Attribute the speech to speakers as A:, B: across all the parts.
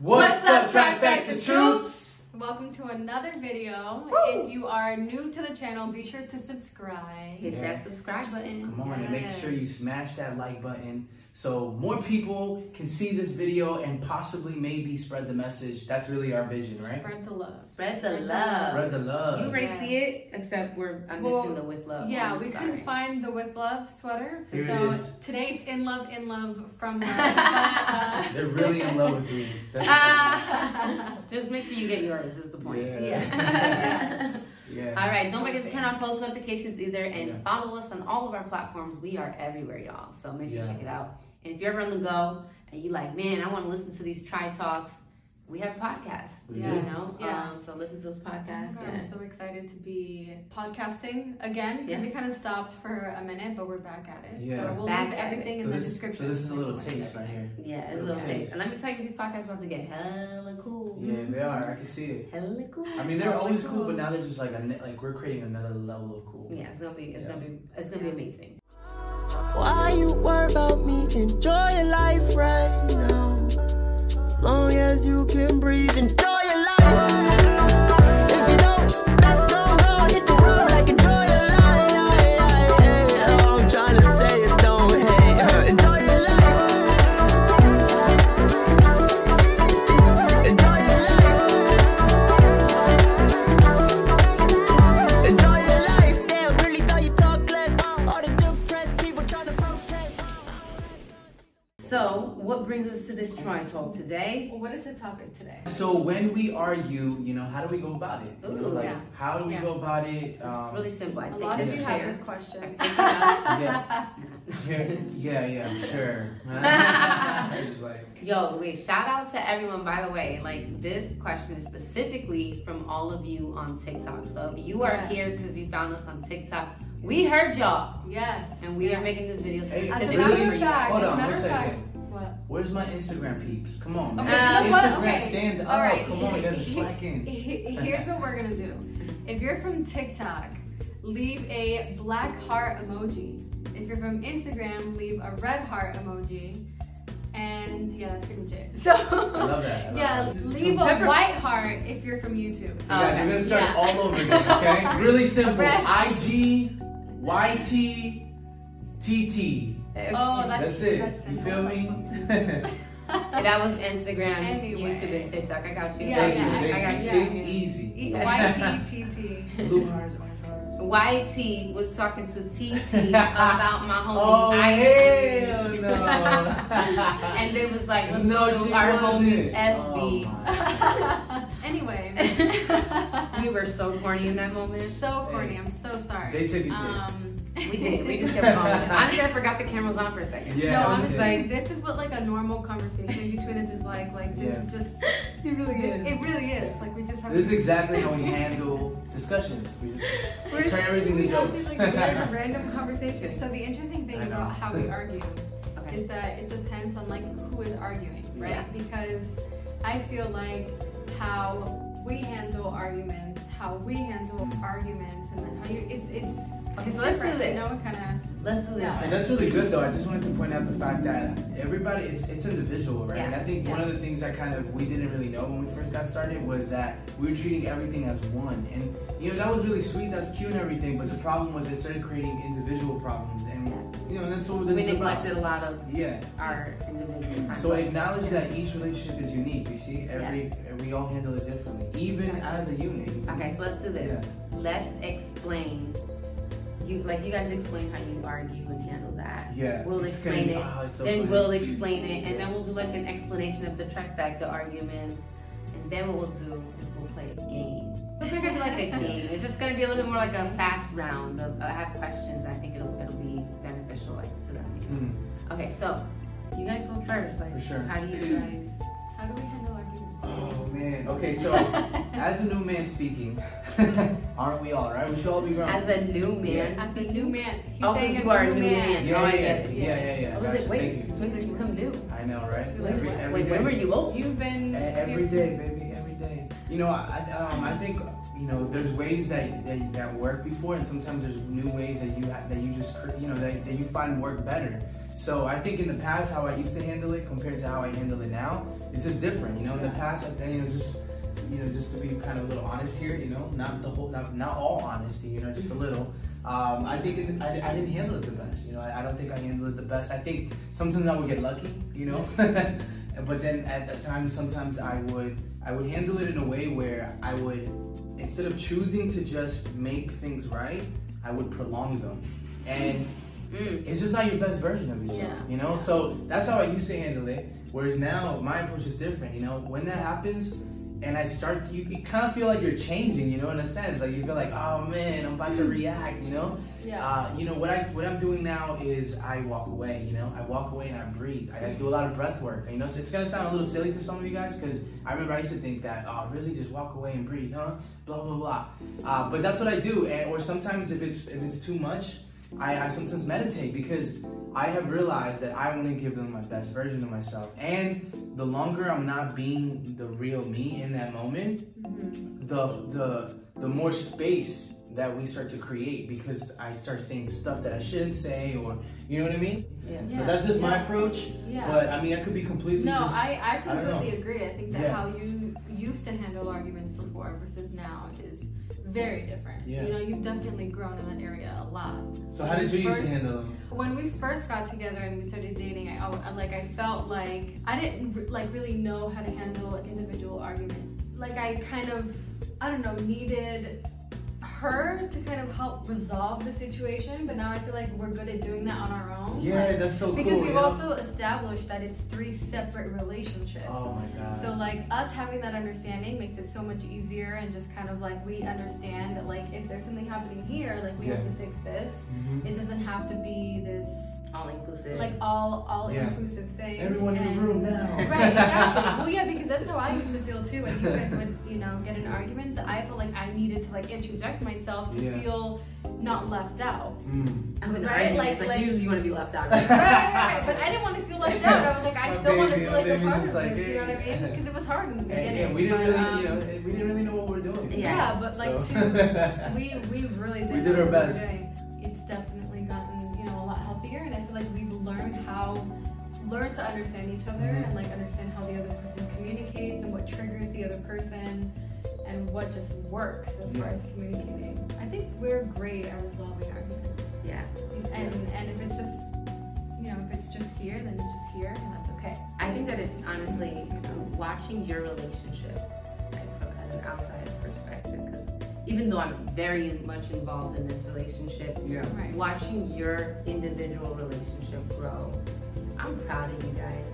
A: What's up, Trifecta Troops?
B: Welcome to another video. If you are new to the channel, be sure to subscribe.
C: Hit
A: Yeah.
C: that subscribe button.
A: Come on and make
B: Yes.
A: sure you smash that like button so more people can see this video and possibly maybe spread the message. That's really our vision, right?
B: Spread the love.
C: Spread the
B: Spread the
C: love.
A: Spread the
C: You
A: love.
C: already
B: Yes.
C: see it, except we're I'm
B: Well,
C: missing the with love.
B: yeah,
C: one.
B: we
C: Sorry.
B: couldn't find the with love sweater,
A: Here it
B: so
A: is.
B: today's in love, in love from love. Uh,
A: They're really in love with me. That's
B: Ah.
C: Just make sure you get yours. Is the point.
A: Yeah. yeah.
B: Yeah.
C: all right. Don't forget to turn on post notifications either, and
A: Yeah.
C: follow us on all of our platforms. We are everywhere, y'all. So make sure you
A: Yeah.
C: check it out. And if you're ever on the go and you like, man, I want to listen to these try talks. We have podcasts.
A: We
C: You
B: do.
C: know.
B: Yeah.
C: Um, so listen to those podcasts.
B: I'm so excited to be podcasting again.
C: Yeah.
B: We kind of stopped for a minute, but we're back at it.
A: Yeah.
B: So we'll
C: Back
B: leave
C: at it.
B: everything
A: So
B: in the
A: this,
B: description.
A: so this is a little taste right here.
C: Yeah, yeah it's a
A: Little
C: little taste.
A: taste.
C: And let me tell you, these podcasts about to get hella cool.
A: Yeah, they are. I can see it.
C: Hella cool.
A: I mean, they're
C: Hella
A: always cool, but now they're just like a, ne- like we're creating another level of cool.
C: Yeah, it's gonna be, it's
A: Yeah.
C: gonna be, it's gonna be amazing.
D: Why you worry about me? Enjoy your life right now. As long as you can breathe, enjoy your life. If you don't, that's gone wrong. Hit the road like enjoy your life. All I'm trying to say is don't hate. huh? Enjoy your life. Enjoy your life. Enjoy your life. Damn, really thought you talk less. All the depressed people trying to protest.
C: So, what brings us to this try talk today?
B: Well, what is the topic today?
A: So when we argue, you know, how do we go about it? You know,
C: Ooh,
A: like
C: yeah.
A: how do we
B: Yeah.
A: go about it?
C: It's
A: Um,
C: really simple. I
B: A
C: take
B: lot
C: this
B: of you have
C: chair.
B: this question.
A: yeah, yeah, yeah, yeah, I'm sure. It's just like,
C: Yo, wait, shout out to everyone, by the way. Like, this question is specifically from all of you on TikTok. So, if you are
B: Yes.
C: here because you found us on TikTok, we heard y'all.
B: Yes.
C: And we are making this video
A: Hey,
B: As a
C: specifically
A: Typically
B: matter
C: for
B: of
C: you.
B: fact,
A: Hold
B: as a
A: on,
B: matter
A: one
B: of fact,
A: second.
B: what?
A: where's my Instagram peeps? Come on,
B: Okay,
A: man.
C: you know what?
A: Instagram
B: Okay.
A: stand up.
B: All right.
A: Come on, you guys are slacking.
B: He- Here's what we're gonna do. If you're from TikTok, leave a black heart emoji. If you're from Instagram, leave a red heart emoji. And yeah, that's pretty much it. So
A: I love that. I love
B: yeah,
A: that.
B: leave a
C: Pepper-
B: white heart if you're from YouTube.
A: You guys, we're
C: Okay.
A: gonna start
B: Yeah.
A: all over again, okay? Really simple.
B: Right.
A: IG, YT, TT.
B: Oh,
A: That's
B: that's,
A: it.
B: that's
A: You
B: it.
A: feel me?
C: And that was Instagram,
B: Anyway.
C: YouTube, and TikTok. I got you.
B: Yeah,
A: Thank
B: yeah,
A: you.
C: I
A: Thank
C: got
A: you.
B: yeah. E
A: See, easy.
B: YTTT.
A: Blue hearts, orange hearts.
C: YT was talking to TT about my homie
A: Oh,
C: Isaac.
A: hell no.
C: and they was like, let's
A: No,
C: go
A: she
C: to our
A: wasn't. Oh,
C: homie FB.
B: anyway,
C: we were so corny in that moment.
B: so corny. I'm so sorry.
A: They took it there.
B: Um,
C: We did. We just kept going. Honestly, I forgot the camera was on for a second.
A: Yeah,
B: no,
A: we
B: honestly,
A: did.
B: this is what like a normal conversation between us is like. Like this is just,
C: It really
B: it, it really is. Like we just have.
A: This is exactly how we handle discussions. We just
B: We're
A: turn everything to
B: we have
A: jokes.
B: These, like, weird, random conversations. So the interesting thing
A: I know.
B: about how we argue
C: Okay.
B: is that it depends on like who is arguing, right?
C: Yeah.
B: Because I feel like how we handle arguments, how we handle
A: Mm.
B: arguments, and then how you it's it's.
C: Okay,
B: it's
C: so let's do
B: different, You
C: this.
B: know, kind of.
C: Let's do
B: Yeah.
C: this.
A: and that's really good though. I just wanted to point out the fact that everybody it's it's individual, right? And I think one of the things that kind of we didn't really know when we first got started was that we were treating everything as one. And you know, that was really sweet, that's cute and everything, but the problem was it started creating individual problems and you know, and that's what this
C: We
A: is about.
C: neglected a lot of
A: Yeah.
C: our individual time.
A: So acknowledge that each relationship is unique. You see, every we all handle it differently, even as a unit.
C: Okay, so let's do this. Let's explain. You like you guys explain how you argue and handle that.
A: Yeah.
C: We'll explain it.
A: Ah, it's so
C: then
A: funny.
C: we'll explain it, and
A: Yeah.
C: then we'll do like an explanation of the trifecta arguments, and then what we'll do is we'll play a game. We're gonna do like a game. It's just gonna be a little bit more like a fast round. Of, I have questions. I think it'll it'll be beneficial like to them.
A: Mm.
C: Okay, so you guys go first. Like,
A: For sure.
C: How do you guys?
B: How do we handle arguments?
A: Oh man. Okay, so as a new man speaking, aren't we all right? We should all be grown.
C: As a new man,
B: As a new man, he's
C: Oh, 'cause
B: saying
C: you are a new man.
A: yeah,
C: Oh,
A: yeah,
C: I get
A: yeah, yeah,
C: it.
A: yeah, yeah.
C: I was
A: Gotcha.
C: like, wait,
A: Thank you.
C: twins have become new.
A: I know, right?
B: You're like,
A: Every-
B: what?
A: every
C: Wait, when
A: day.
C: were you old?
B: You've been
A: E- Every day, baby, every day. You know, I, I- um, I think you know there's ways that, that that work before, and sometimes there's new ways that you ha- that you just cr- you know that, that you find work better. So I think in the past, how I used to handle it compared to how I handle it now, it's just different. You know, in the past, I think you know just you know just to be kind of a little honest here, you know, not the whole, not, not all honesty, you know, just a little. Um, I think it, I, I didn't handle it the best. You know, I, I don't think I handled it the best. I think sometimes I would get lucky. You know, but then at the time, sometimes I would I would handle it in a way where I would instead of choosing to just make things right, I would prolong them. And
C: Mm.
A: it's just not your best version of yourself,
C: Yeah.
A: you know? So that's how I used to handle it. Whereas now my approach is different, you know? When that happens and I start, you, you kind of feel like you're changing, you know, in a sense. Like you feel like, oh man, I'm
C: Mm.
A: about to react, you know?
B: Yeah.
A: Uh, you know what I what I'm doing now is I walk away. You know, I walk away and I breathe. I, do a lot of breath work. You know, so it's gonna sound a little silly to some of you guys because I remember I used to think that oh really just walk away and breathe, huh? Blah blah blah. Uh, but that's what I do. And or sometimes if it's if it's too much, I, I sometimes meditate because I have realized that I want to give them my best version of myself. And the longer I'm not being the real me in that moment,
B: Mm-hmm.
A: the the the more space that we start to create because I start saying stuff that I shouldn't say or you know what I mean.
C: Yeah.
A: So
B: Yeah.
A: that's just my
B: Yeah.
A: approach.
B: Yeah.
A: But I mean, I could be completely.
B: No,
A: just,
B: I, I
A: I don't know.
B: completely agree. I think that
A: Yeah.
B: how you used to handle arguments before versus now is very different.
A: Yeah.
B: You know, you've definitely grown in that area a lot.
A: So how did you used to
B: First-
A: handle them?
B: When we first got together and we started dating, I al- I- like I felt like I didn't re- like really know how to handle individual arguments. Like I kind of I don't know needed her to kind of help resolve the situation, but now I feel like we're good at doing that on our own.
A: Yeah, that's so
B: Because
A: cool.
B: we've
A: yeah.
B: also established that it's three separate relationships.
A: Oh my god.
B: So like us having that understanding makes it so much easier and just kind of like we understand that like if there's something happening here, like we have
A: Yeah.
B: to fix this.
A: Mhm.
B: It doesn't have to be this
C: All inclusive.
B: like all all
A: Yeah.
B: inclusive thing.
A: Everyone in the
B: and-
A: room now.
B: Right, exactly. well yeah, because that's how I used to feel too. When you guys would, you know, get in arguments, I felt like I needed to like interject myself to
A: Yeah.
B: feel not left out.
A: Mm.
C: I would
B: right,
C: argue,
B: like-
C: it's like,
B: like-
C: usually you want to be left out.
B: right, right, right. But I didn't want to feel left out. I was like, I
A: My
B: still want to
A: baby,
B: feel
A: my
B: like a
A: baby's
B: part of
A: just
B: this.
A: like,
B: you know what I mean?
A: yeah.
B: Because it was hard in the
A: And,
B: beginning.
A: and we didn't
B: but,
A: really,
B: um,
A: you know, we didn't really know what we were doing.
C: Yeah.
B: Yeah, but like
A: So-
B: to we we really did.
A: We did our
B: what were
A: best.
B: doing. It's definitely gotten you know a lot healthier, and I feel like we've learned how learn to understand each other
A: Mhm.
B: and like understand how the other person communicates and what triggers the other person and what just works as far
A: Yeah.
B: as communicating. I think we're great at resolving arguments.
C: Yeah.
B: And and if it's just you know if it's just here, then it's just here, and that's okay.
C: I think that it's honestly watching your relationship like from as an outside perspective because even though I'm very much involved in this relationship,
A: yeah.
B: Right.
C: watching your individual relationship grow, I'm proud of you guys.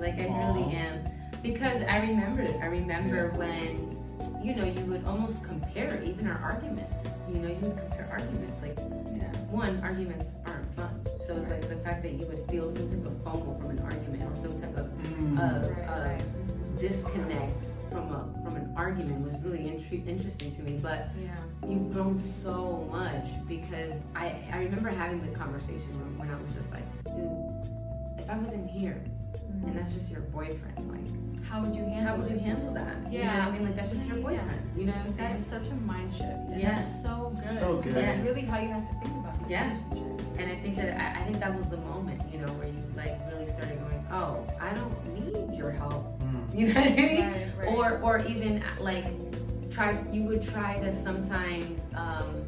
C: Like I really
A: Aw.
C: am because I remember it. I remember when you know you would almost compare even our arguments. You know you would compare arguments like
B: Yeah.
C: one, arguments aren't fun. So it's like the fact that you would feel some type of FOMO from an argument or some type of
A: Mm.
C: of,
B: Right,
C: of
B: right.
C: disconnect from a from an argument was really intri- interesting to me. But
B: Yeah.
C: you've grown so much because I I remember having the conversation when, when I was just like, dude, if I wasn't here and that's just your boyfriend, like
B: How would you handle
C: Mm-hmm. how would you
B: it?
C: handle that? You know
B: Yeah.
C: what I mean like that's just your
B: Yeah.
C: boyfriend. You know what I'm
B: That
C: saying?
B: is such a mind shift. And
C: Yeah.
B: That's so good.
A: So good.
B: That's really how you have to think about it.
C: Yeah. And I think that I, I think that was the moment, you know, where you like really started going, oh, I don't need your help.
A: Mm.
C: You know what I mean?
B: Right, right.
C: or or even uh, like try you would try to sometimes um,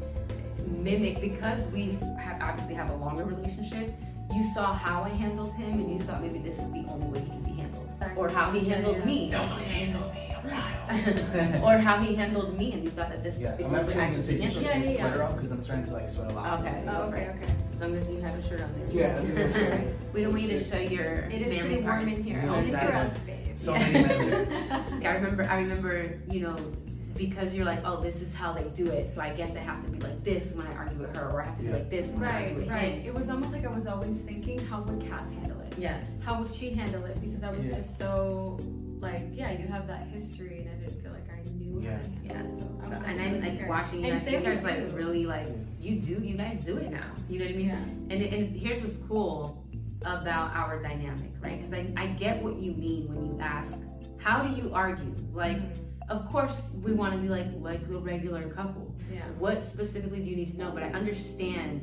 C: mimic because we have obviously have a longer relationship you saw how i handled him and you thought maybe this is the only way he can be handled or how he handled me
A: Don't handle me. I'm not.
C: or how he handled me and you thought that this
A: Yeah,
C: is the
A: I'm
C: only way
A: actually
C: i
A: gonna
C: can be
A: take your
C: handled
B: Yeah, yeah, yeah.
A: sweater off because I'm trying to like sweat a lot.
C: okay
B: Oh, okay, okay.
C: as long as you have a shirt on there
A: Yeah, I think that's right.
C: we don't want you to show your
B: It is
C: family
B: pretty warm
C: parts.
B: in here.
A: Yeah,
B: Only
A: exactly.
B: for us, babe.
A: So
C: Yeah.
A: many memories.
C: Yeah, I remember. I remember. You know, because you're like, oh, this is how they do it. So I guess I have to be like this when I argue with her, or I have to
A: Yeah.
C: be like this when I argue
B: right,
C: with
B: right.
C: him.
B: It was almost like I was always thinking, how would Cass handle it?
C: Yeah.
B: How would she handle it? Because I was
A: Yeah.
B: just so like, yeah, you have that history, and I didn't feel like I knew
A: Yeah.
B: how to handle
C: Yeah.
B: it. So,
C: So,
B: I'm
C: and I like
B: here.
C: watching you.
B: And
C: I think
B: same
C: there's
B: with
C: like
B: you.
C: really like you do. You guys do it now. You know what I mean?
B: Yeah.
C: And and here's what's cool about our dynamic, right? Because I I get what you mean when you ask, how do you argue? Like, of course we want to be like like the regular couple.
B: yeah.
C: what specifically do you need to know but i understand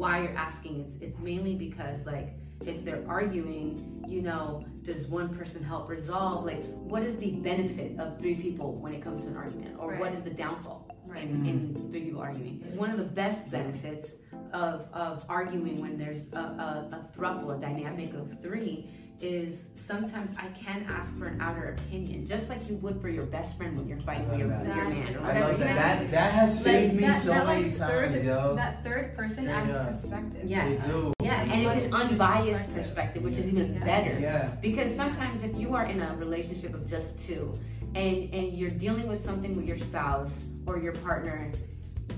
C: why you're asking it's it's mainly because like if they're arguing, you know, does one person help resolve? Like, what is the benefit of three people when it comes to an argument? Or what
B: Right.
C: is the downfall
B: Right.
A: Mm-hmm.
C: in, in three people arguing? One of the best benefits of, of arguing when there's a, a, a thruple, a dynamic of three, is sometimes I can ask for an outer opinion, just like you would for your best friend when you're fighting
A: I
C: your,
A: love
C: your
B: that.
C: man. Or
A: I
C: whatever.
A: love
C: you know?
A: that. That that has
B: Like,
A: saved me
B: that-
A: so
B: that,
A: many
B: like,
A: times,
B: third,
A: yo.
B: That third person
A: Straight
B: adds
A: up.
B: perspective.
C: Yeah.
A: They do.
C: Yeah, and it's an unbiased perspective, which is even
B: Yeah.
C: better.
A: Yeah.
C: Because sometimes if you are in a relationship of just two and, and you're dealing with something with your spouse or your partner,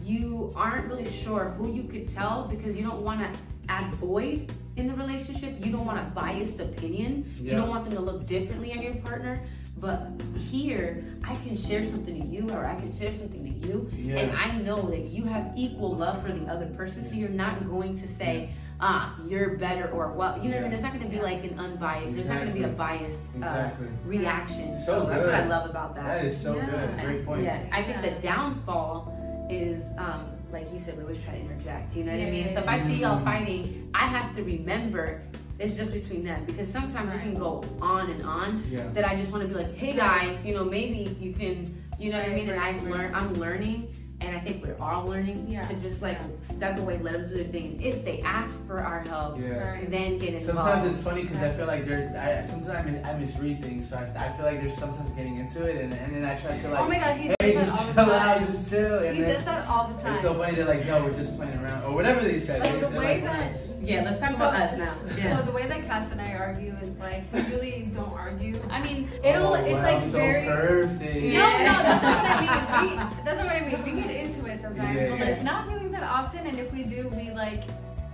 C: you aren't really sure who you could tell because you don't want to add void in the relationship. You don't want a biased opinion. You
A: Yeah.
C: don't want them to look differently at your partner. But here, I can share something to you or I can share something to you.
A: Yeah.
C: And I know that you have equal love for the other person, so you're not going to say, ah, you're better or well, you know, what I mean?
A: Yeah.
C: there's not going to be like an unbiased, there's not going to be a biased uh,
A: Exactly.
C: reaction.
A: So
C: that's what I
A: good.
C: love about that.
A: That is so
B: Yeah.
A: good. Great point.
C: Yeah, I think
B: Yeah.
C: the downfall is, um, like you said, we always try to interject. You know what I
B: Yeah,
C: mean?
B: yeah,
C: So if I
A: yeah.
C: see y'all fighting, I have to remember it's just between them because sometimes you can go on and on.
A: Yeah.
C: That I just want to be like, hey guys, you know, maybe you can, you know what I
B: Right,
C: mean? And
B: right,
C: I've
B: right.
C: learned, I'm learning, and I think we're all learning
B: Yeah.
C: to just like step away, let them do their thing. If they ask for our help,
A: Yeah.
B: Right.
C: then get involved.
A: Sometimes it's funny because I feel like they're. I, sometimes I misread things, so I, I feel like they're sometimes getting into it, and, and then I try to like,
B: oh my god, he
A: hey,
B: does
A: just
B: that all the
A: chill out,
B: time.
A: just chill, and
B: He does
A: then
B: that all the time.
A: it's so funny. They're like, no, we're just playing around, or whatever they said.
B: Like, the
A: They're
B: way
A: like,
B: that-
C: yeah, let's talk about us now. Yeah.
B: So the way that Cass and I argue is like we really don't argue. I mean, it'll it's
A: Oh, wow,
B: like
A: so
B: very.
A: perfect.
B: No, no, that's not what I mean. We, that's not what I mean. We get into it sometimes,
A: Yeah,
B: but
A: yeah.
B: like not really that often. And if we do, we like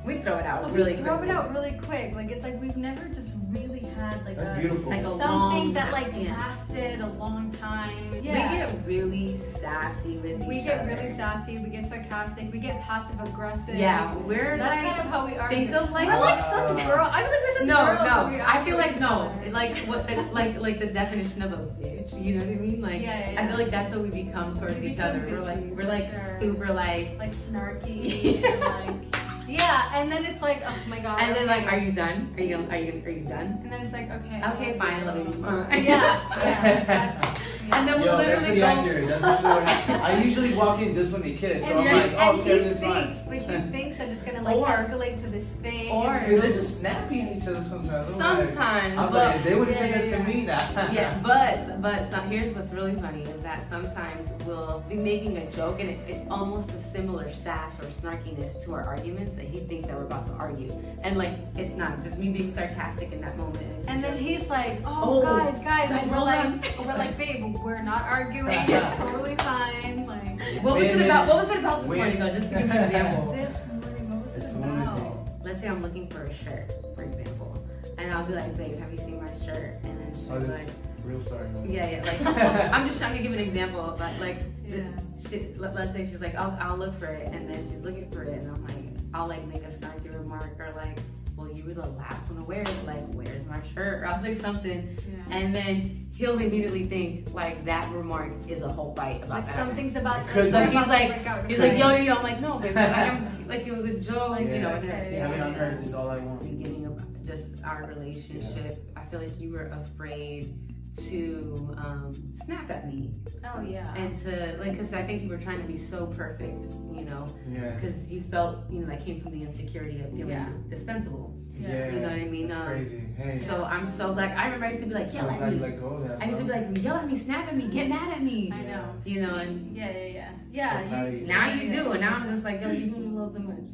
C: we throw it out
B: we
C: really
B: throw
C: quick.
B: it out really quick. Like it's like we've never just really had like
A: That's
B: a,
A: beautiful.
C: Like a
B: something
C: long-
B: that like
C: yeah.
B: lasted a long time.
C: We get really sassy with
B: We
C: each
B: get
C: other.
B: really sassy. We get sarcastic. We get passive aggressive.
C: Yeah, we're
B: That's
C: like.
B: kind of how we are.
C: think of like- Uh,
B: we're like
A: Wow.
B: such girl. I feel like we're such
C: no,
B: girls. when we
C: no. I
B: argue
C: feel
B: with
C: like
B: each
C: no,
B: other.
C: like what, the, like like the definition of a bitch. You know what I mean? Like,
B: Yeah, yeah,
C: I feel like that's what we become towards
B: We
C: each
B: become
C: other. We're like,
B: bitchy,
C: we're like
B: sure.
C: super like.
B: like snarky. and, like, yeah, and then it's like, oh my god.
C: And then like,
B: okay.
C: are you done? Are you gonna, are you gonna, are you done?
B: And then it's like, okay.
C: Okay, fine, I love you. Uh,
B: Yeah, yeah, that's-
C: And then we'll
A: Yo, that's
C: literally
A: pretty
C: go.
A: accurate. That's usually what happens. I usually walk in just when they kiss, so
B: and
A: I'm like,
B: you're-
A: oh,
B: and
A: okay,
B: he
A: this is fine.
B: thinks, but he thinks that it's gonna like
C: Or-
B: escalate to this thing.
C: or-
B: and-
A: Because they're just snappy at each other sometimes. I'm like-
C: Sometimes,
A: I was
C: but-
A: like, if they would have
B: Yeah,
A: said that to
B: yeah.
A: me now.
C: yeah, but but some, here's what's really funny is that sometimes we'll be making a joke and it, it's almost a similar sass or snarkiness to our arguments that he thinks that we're about to argue, and like it's not it's just me being sarcastic in that moment. it's a
B: And then
C: joke.
B: he's like, oh,
C: Oh,
B: guys, guys,
C: guys,
B: and we're
C: hold
B: like, we're like, babe, we're not arguing. It's totally fine. Like
C: what was
A: Wait a
C: it
A: minute.
C: about? What was it about this
A: Wait.
C: morning though? Just to give you an example.
B: this morning, what was
A: It's
B: it
A: one
B: about?
A: thing.
C: Let's say I'm looking for a shirt, for example, and I'll be like, babe, have you seen my shirt? And then she's
A: Oh, this
C: like.
A: Real story. man.
C: Yeah, yeah. Like, I'm just trying to give an example, but like,
B: Yeah.
C: she, let, us say she's like, I'll, I'll look for it, and then she's looking for it, and I'm like, I'll like make a snarky remark or like, well, you were the last one to wear it. Like, where's my shirt? Or I'll say something,
B: Yeah.
C: and then he'll immediately think like that remark is a whole bite about
B: Like
C: that.
B: something's about
A: Could be.
B: something's about
C: He's
B: to
C: like-
B: break out.
C: He's like, yo, yo, yo. I'm like, no, baby. Like, I'm, like it was a joke,
A: Yeah.
C: you know. and
B: Okay.
C: yeah.
A: Heaven on earth is all I want.
C: beginning of just our relationship, I feel like you were afraid to um, snap at me
B: Oh yeah.
C: and to like, because I think you were trying to be so perfect, you know,
A: Yeah.
C: because you felt you know that came from the insecurity of feeling
B: Yeah.
C: dispensable.
A: Yeah.
C: You know what I mean?
A: That's
C: Um,
A: crazy. Hey.
C: So I'm so like, I remember I used to be like,
A: so
C: yell
A: glad
C: at
A: you
C: me.
A: let go of that.
C: I used to be
A: bro.
C: like, yell at me, snap at me, get mad at me,
B: I know.
C: you know. And
B: Yeah, yeah, yeah.
A: So
B: Yeah.
A: now
B: you
A: you-
C: now you do, and now I'm just like, yo, you're doing a little too much.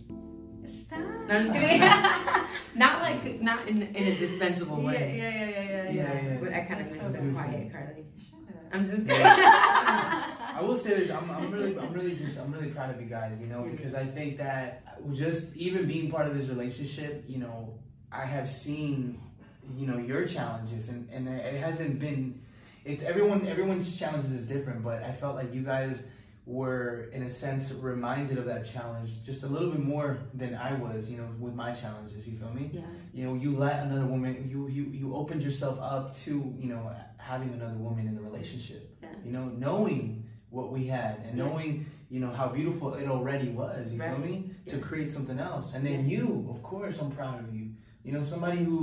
B: Stop.
C: No, I'm just kidding. not like, not in in a dispensable
B: yeah, yeah,
C: way.
B: yeah, yeah, yeah,
A: Yeah,
B: yeah.
A: yeah.
C: But I kind of
B: That's
C: missed
A: so
C: the
A: beautiful.
C: quiet, Carly.
B: Shut
C: I'm just kidding.
A: I will say this. I'm, I'm really, I'm really just, I'm really proud of you guys. You know, because I think that just even being part of this relationship, you know, I have seen, you know, your challenges, and and it hasn't been, it's everyone, everyone's challenges is different, but I felt like you guys were in a sense reminded of that challenge just a little bit more than I was, you know, with my challenges. You feel me?
C: yeah.
A: you know you let another woman you you you opened yourself up to you know having another woman in the relationship
C: Yeah.
A: you know knowing what we had and
C: Yeah.
A: knowing you know how beautiful it already was you feel
C: Right.
A: me to
C: Yeah.
A: create something else and then you of course i'm proud of you You know, somebody who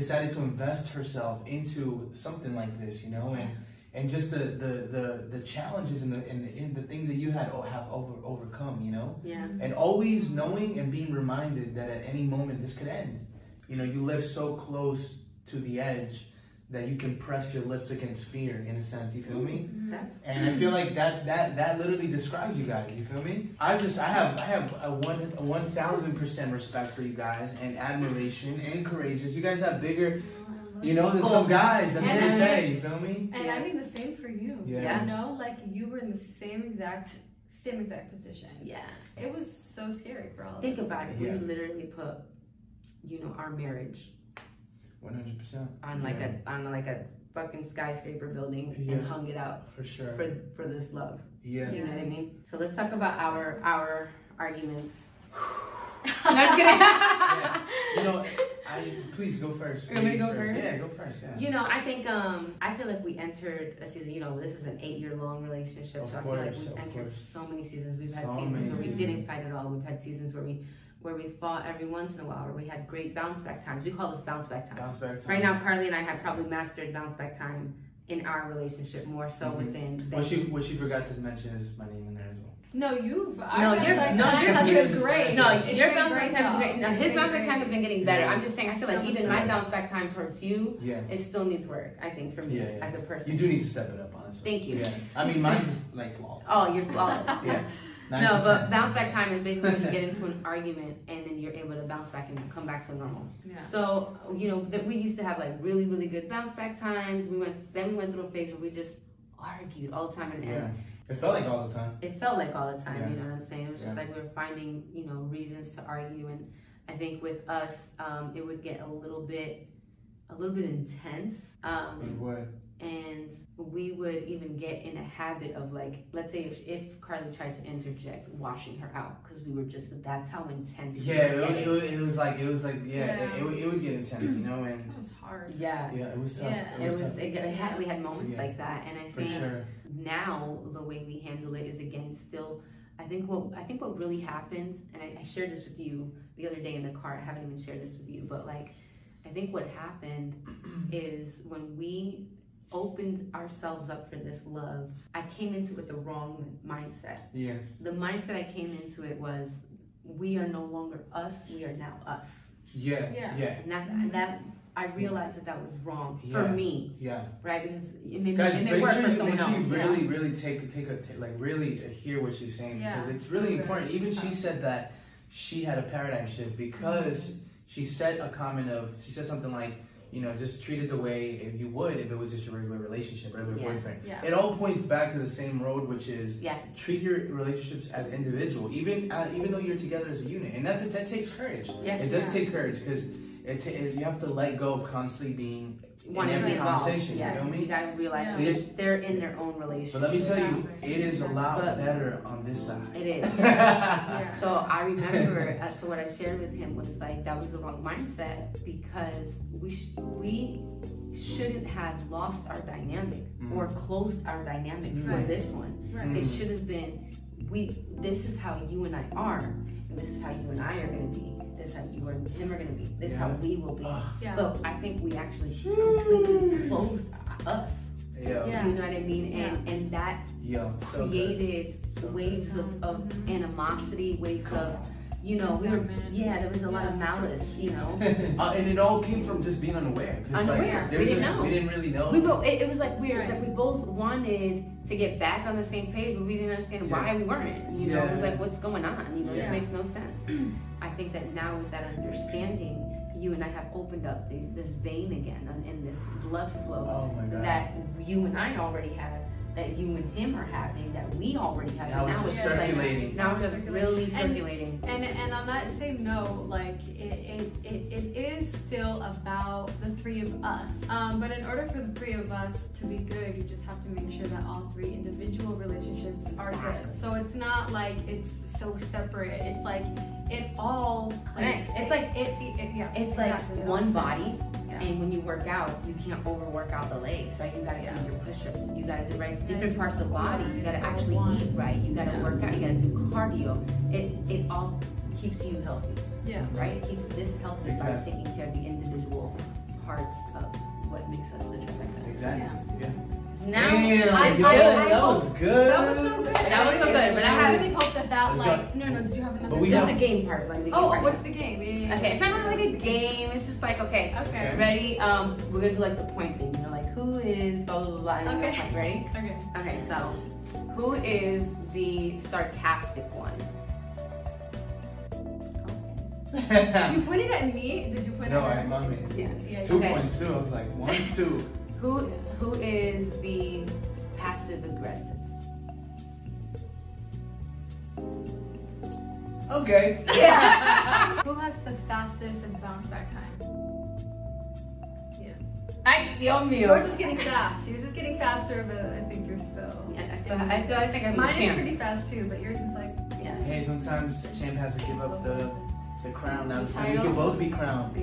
A: decided to invest herself into something like this. You know, and and just the the the, the challenges and the and the, and the things that you had o- have over overcome. You know,
C: Yeah.
A: and always knowing and being reminded that at any moment this could end. You know, you live so close to the edge that you can press your lips against fear in a sense. You feel
C: Mm-hmm.
A: me?
C: That's
A: And I feel like that that that literally describes you guys. You feel me? I just I have I have a one a one thousand percent respect for you guys and admiration and courageous. You guys have bigger, you know, than
C: Oh.
A: some guys. That's what they say. You feel me?
B: And I mean the same for you.
A: Yeah.
B: You know, like you were in the same exact same exact position.
C: yeah.
B: It was so scary for all of
C: Think
B: us.
C: about it.
A: Yeah.
C: We literally put, you know, our marriage
A: One hundred percent
C: on like
A: Yeah.
C: a on like a fucking skyscraper building
A: Yeah.
C: and hung it out
A: for sure.
C: for for this love.
A: yeah.
C: You know what I mean? So let's talk about our our arguments. I'm just kidding.
A: You know, I please go first.
C: You want me to
A: Ladies
C: go first?
A: Yeah, go first. Yeah.
C: You know, I think um I feel like we entered a season. You know, this is an eight-year-long relationship,
A: Of
C: so I
A: course,
C: feel like
A: of
C: we entered
A: course.
C: so many seasons. We've had
A: So many
C: seasons where we
A: seasons.
C: didn't fight at all. We've had seasons where we where we fought every once in a while, where we had great bounce back times. We call this bounce back time.
A: Bounce back. to
C: Right
A: me.
C: now, Carly and I have probably mastered bounce back time in our relationship more so
A: Mhm.
C: within. than-
A: What she what she forgot to mention is my name in there as well.
B: No, you've no,
C: No,
B: I
C: you're-
B: you're, like
C: no,
B: time
C: you're-
B: has
A: you're
B: been
A: just-
B: great.
C: No,
A: It's
C: your
B: been
C: bounce back
B: great,
C: time
B: though.
C: is great. No,
B: It's
C: his
B: been
C: bounce back
B: great.
C: time has been getting better. I'm just saying, I feel like
B: So
C: even
B: much
C: my
A: better.
C: bounce back time towards you
A: Yeah.
C: it still needs work. I think for me
A: Yeah, yeah.
C: as a person.
A: You do need to step it up, honestly.
C: Thank you.
A: Yeah. I mean, mine's just like flawless.
C: Oh, you're flawless.
A: Yeah. Nine
C: No,
A: to
C: but
A: 10.
C: bounce back time is basically when you get into an argument and then you're able to bounce back and come back to normal.
B: Yeah.
C: So you know that we used to have like really really good bounce back times. We went then we went through a phase where we just argued all the time and,
A: Yeah.
C: and
A: It felt like all the time.
C: it felt like all the time. You
A: Yeah.
C: know what I'm saying? It was just
A: Yeah.
C: like we were finding you know reasons to argue and I think with us um, it would get a little bit a little bit intense. Um,
A: It would.
C: and we would even get in a habit of like let's say if, if carly tried to interject washing her out because we were just that's how intense we
A: Yeah,
C: were
A: it,
C: getting.
A: it, was- it was like it was like yeah,
B: Yeah.
A: It, it, would- it would get intense, you know, and
B: That was hard.
C: yeah
A: yeah, it was tough.
B: Yeah.
A: It was, tough.
C: it, it had, we had moments
A: Yeah.
C: like that and i
A: for
C: think
A: sure.
C: now the way we handle it is again still i think what i think what really happens and I, I shared this with you the other day in the car i haven't even shared this with you but like i think what happened is when we opened ourselves up for this love i came into it with the wrong mindset
A: Yeah.
C: the mindset I came into it was we are no longer us, we are now us.
A: Yeah. Yeah.
B: Yeah.
A: Yeah.
C: And that's and that I realized that that was wrong for
A: Yeah.
C: me,
A: yeah.
C: right? Because it made me
A: Guys,
C: it
A: make
C: may work
A: sure
C: for
A: you,
C: someone
A: make sure you
C: else. yeah.
A: really, really take take a take, like really hear what she's saying
B: Yeah.
A: because it's really
B: Yeah.
A: important. Even she said that she had a paradigm shift because she said a comment of she said something like, you know, just treat it the way if you would if it was just a regular relationship, regular
C: Yeah.
A: boyfriend.
B: Yeah.
A: It all points back to the same road, which is
C: Yeah.
A: treat your relationships as individual, even uh, even though you're together as a unit, and that that takes courage.
C: Yeah.
A: It does
B: Yeah.
A: take courage because it ta- you have to let go of constantly being
C: Wanting
A: in
C: to
A: every
C: be involved.
A: conversation.
C: Yeah.
A: You feel me?
C: You gotta realize
B: Yeah.
C: that there's- they're in their own
A: But
C: relationship.
A: let me tell you, it is a lot
C: But-
A: better on this side.
C: It is.
B: Yeah.
C: So I remember, uh, so what I shared with him was like that was the wrong mindset because we sh- we shouldn't have lost our dynamic
A: Mm.
C: or closed our dynamic for
B: Right.
C: this one.
B: Right.
C: It should have been we. This is how you and I are, and this is how you and I are going to be. This is how you and him are going to be. This is how
A: Yeah. Ah.
C: we will be.
A: Ugh.
B: Yeah.
C: But I think we actually completely closed us.
A: Yo,
B: Yeah.
C: You know what I mean? And and that
A: yo, so good.
C: created
A: So good.
C: waves of, of animosity, waves
A: Come
C: of
A: on.
C: you know, we were,
B: Resentment.
C: yeah, there was a lot of malice, you know.
A: Uh, and it all came from just being unaware. 'cause,
C: Unaware.
A: Like, there's
C: We didn't
A: just-
C: know.
A: We didn't really know.
C: We both, it, it was like weird. It's
B: Right.
C: like we both wanted to get back on the same page, but we didn't understand
A: Yeah.
C: why we weren't. You know, it was
A: Yeah.
C: like, what's going on? You know,
A: Yeah.
C: this makes no sense. I think that now with that understanding, you and I have opened up these, this vein again and- and this blood flow
A: oh my god.
C: that you and I already have, that you and him are having, that we already have.
A: Now
C: And
A: it's
C: now
A: just
C: it's just like,
A: circulating.
C: now it's just really
B: And-
C: circulating.
B: And and on that same note, like it it, it, it is still about the three of us. Um, but in order for the three of us to be good, you just have to make sure that all three individual relationships are good. So it's not like it's so separate. It's like it all clicks.
C: Connects. It's like-
B: it, it, it- yeah.
C: It's like
B: exactly.
C: one body,
B: Yeah.
C: and when you work out, you can't overwork out the legs, right? You gotta
B: Yeah.
C: do your push-ups, you gotta do right different parts of the body, you gotta actually eat right, you gotta
B: Yeah.
C: work out, you gotta do cardio. It it all keeps you healthy.
B: Yeah.
E: right? It keeps this healthy by
A: Exactly.
E: taking care of the individual parts of what makes us the trifecta.
A: Exactly. Yeah.
E: Now,
A: Damn,
E: I,
A: yo,
E: I- I
A: that
E: hope-
A: was good.
B: That was so good.
E: That was so good, but I
B: I
E: have-
B: really hope that that
A: Let's
B: like no no. Did you have another?
A: But we
E: just
A: have-
E: the game part. Like the game
B: oh,
E: part.
B: what's the game? Yeah, yeah, yeah.
E: okay, it's not really like a game. It's just like okay,
B: Okay.
E: ready. Um, we're gonna do like the point thing. You know, like who is blah blah blah. blah and
B: Okay.
E: Like, ready?
B: Okay.
E: Okay, so who is the sarcastic one?
B: You pointed at me. Did you point
A: no,
B: at
A: I
B: her?
A: love it.
E: Yeah.
B: Yeah.
A: Two
E: Okay.
A: points too. I was like one, two.
E: Who who is the passive aggressive?
A: Okay.
B: Who has the fastest and bounce back time?
E: I Dios
B: You
E: mío.
B: were just getting fast. You were just getting faster, but I think you're still.
E: Yeah, I, still, I, still, I think I'm
B: Mine
E: the
B: is
E: champ.
B: pretty fast too, but yours is like.
E: yeah.
A: Hey, sometimes Champ has to give up the the crown now.
E: I
A: We
E: know.
A: can both be crowned. Yo,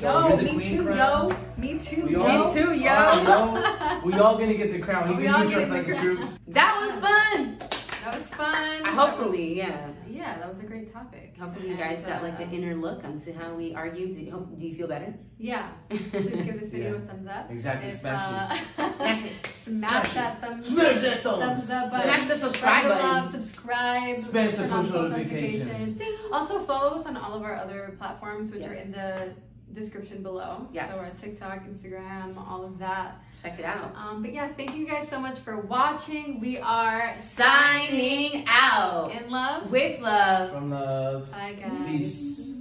B: Yo,
A: you're the
B: me
A: queen
B: too,
A: crown.
B: yo. Me too,
A: We
B: yo.
A: all-
E: Me too, yo.
A: Oh, yo. We all gonna get the crown.
B: We
A: He can
B: all
A: use
B: get the
A: like his
B: crown.
A: groups.
E: That was fun.
B: That was fun.
E: I hopefully, yeah.
B: Yeah, that was a great topic. uh,
E: Hopefully, you guys got like an inner look onto how we argue. Do you, hope, do you feel better?
B: Yeah. Please give this video a thumbs up.
A: Exactly,
B: If,
A: smash
B: uh,
E: Smash it.
B: Smash that thumbs
A: Smash that
B: Thumbs
A: thumbs.
B: up button.
E: Smash the subscribe
B: Thumbs up,
E: button.
B: subscribe.
A: Smash the
B: turn on
A: push
B: post
A: notifications.
B: Also, follow us on all of our other platforms, which are
E: Yes.
B: in the description below.
E: Yes.
B: So, our TikTok, Instagram, all of that.
E: Check it out.
B: Um, but yeah, thank you guys so much for watching. We are
E: Signing out
B: in love.
E: with love.
A: From love.
B: Bye, guys.
A: Peace.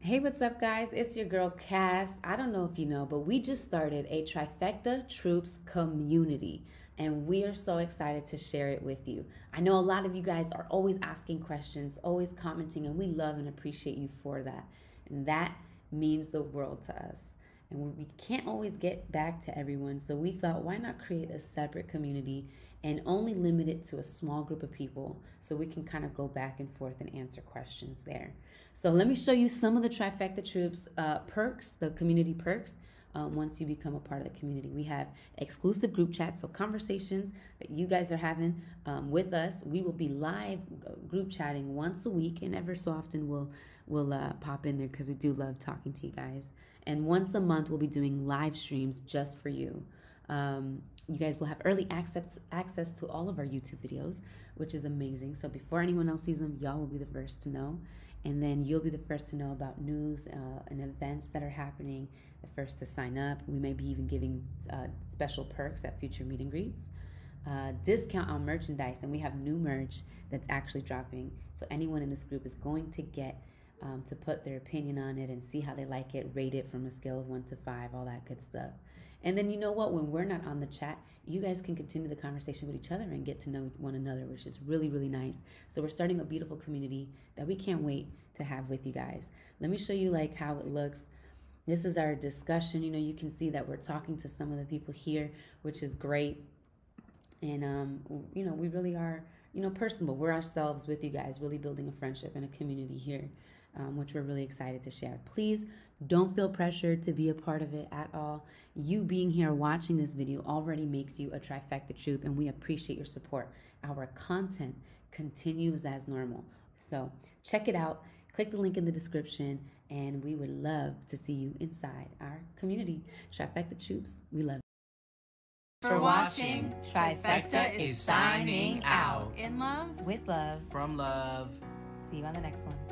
C: Hey, what's up, guys? It's your girl Cass. I don't know if you know, but we just started a Trifecta Troops community, and we are so excited to share it with you. I know a lot of you guys are always asking questions, always commenting, and we love and appreciate you for that. And that means the world to us. And we- we can't always get back to everyone, so we thought, why not create a separate community and only limit it to a small group of people so we can kind of go back and forth and answer questions there. So let me show you some of the Trifecta Troops uh, perks, the community perks. uh, once you become a part of the community, we have exclusive group chats, so conversations that you guys are having um, with us. We will be live uh, group chatting once a week, and ever so often we'll we'll uh, pop in there because we do love talking to you guys. And once a month, we'll be doing live streams just for you. Um, you guys will have early access access to all of our YouTube videos, which is amazing. So before anyone else sees them, y'all will be the first to know, and then you'll be the first to know about news uh, and events that are happening. The first to sign up. We may be even giving uh, special perks at future meet and greets. Uh, discount on merchandise, and we have new merch that's actually dropping. So anyone in this group is going to get um, to put their opinion on it and see how they like it, rate it from a scale of one to five, all that good stuff. And then you know what? When we're not on the chat, you guys can continue the conversation with each other and get to know one another, which is really, really nice. So we're starting a beautiful community that we can't wait to have with you guys. Let me show you like how it looks. This is our discussion. You know, you can see that we're talking to some of the people here, which is great. And um, w- you know, we really are, you know, personable. We're ourselves with you guys, really building a friendship and a community here, um, which we're really excited to share. Please don't feel pressured to be a part of it at all. You being here watching this video already makes you a trifecta troop, and we appreciate your support. Our content continues as normal. So check it out. Click the link in the description, and we would love to see you inside our community. Trifecta Troops, we love you.
B: For watching,
A: Trifecta is signing out.
B: In love.
C: With love.
A: From love.
C: See you on the next one.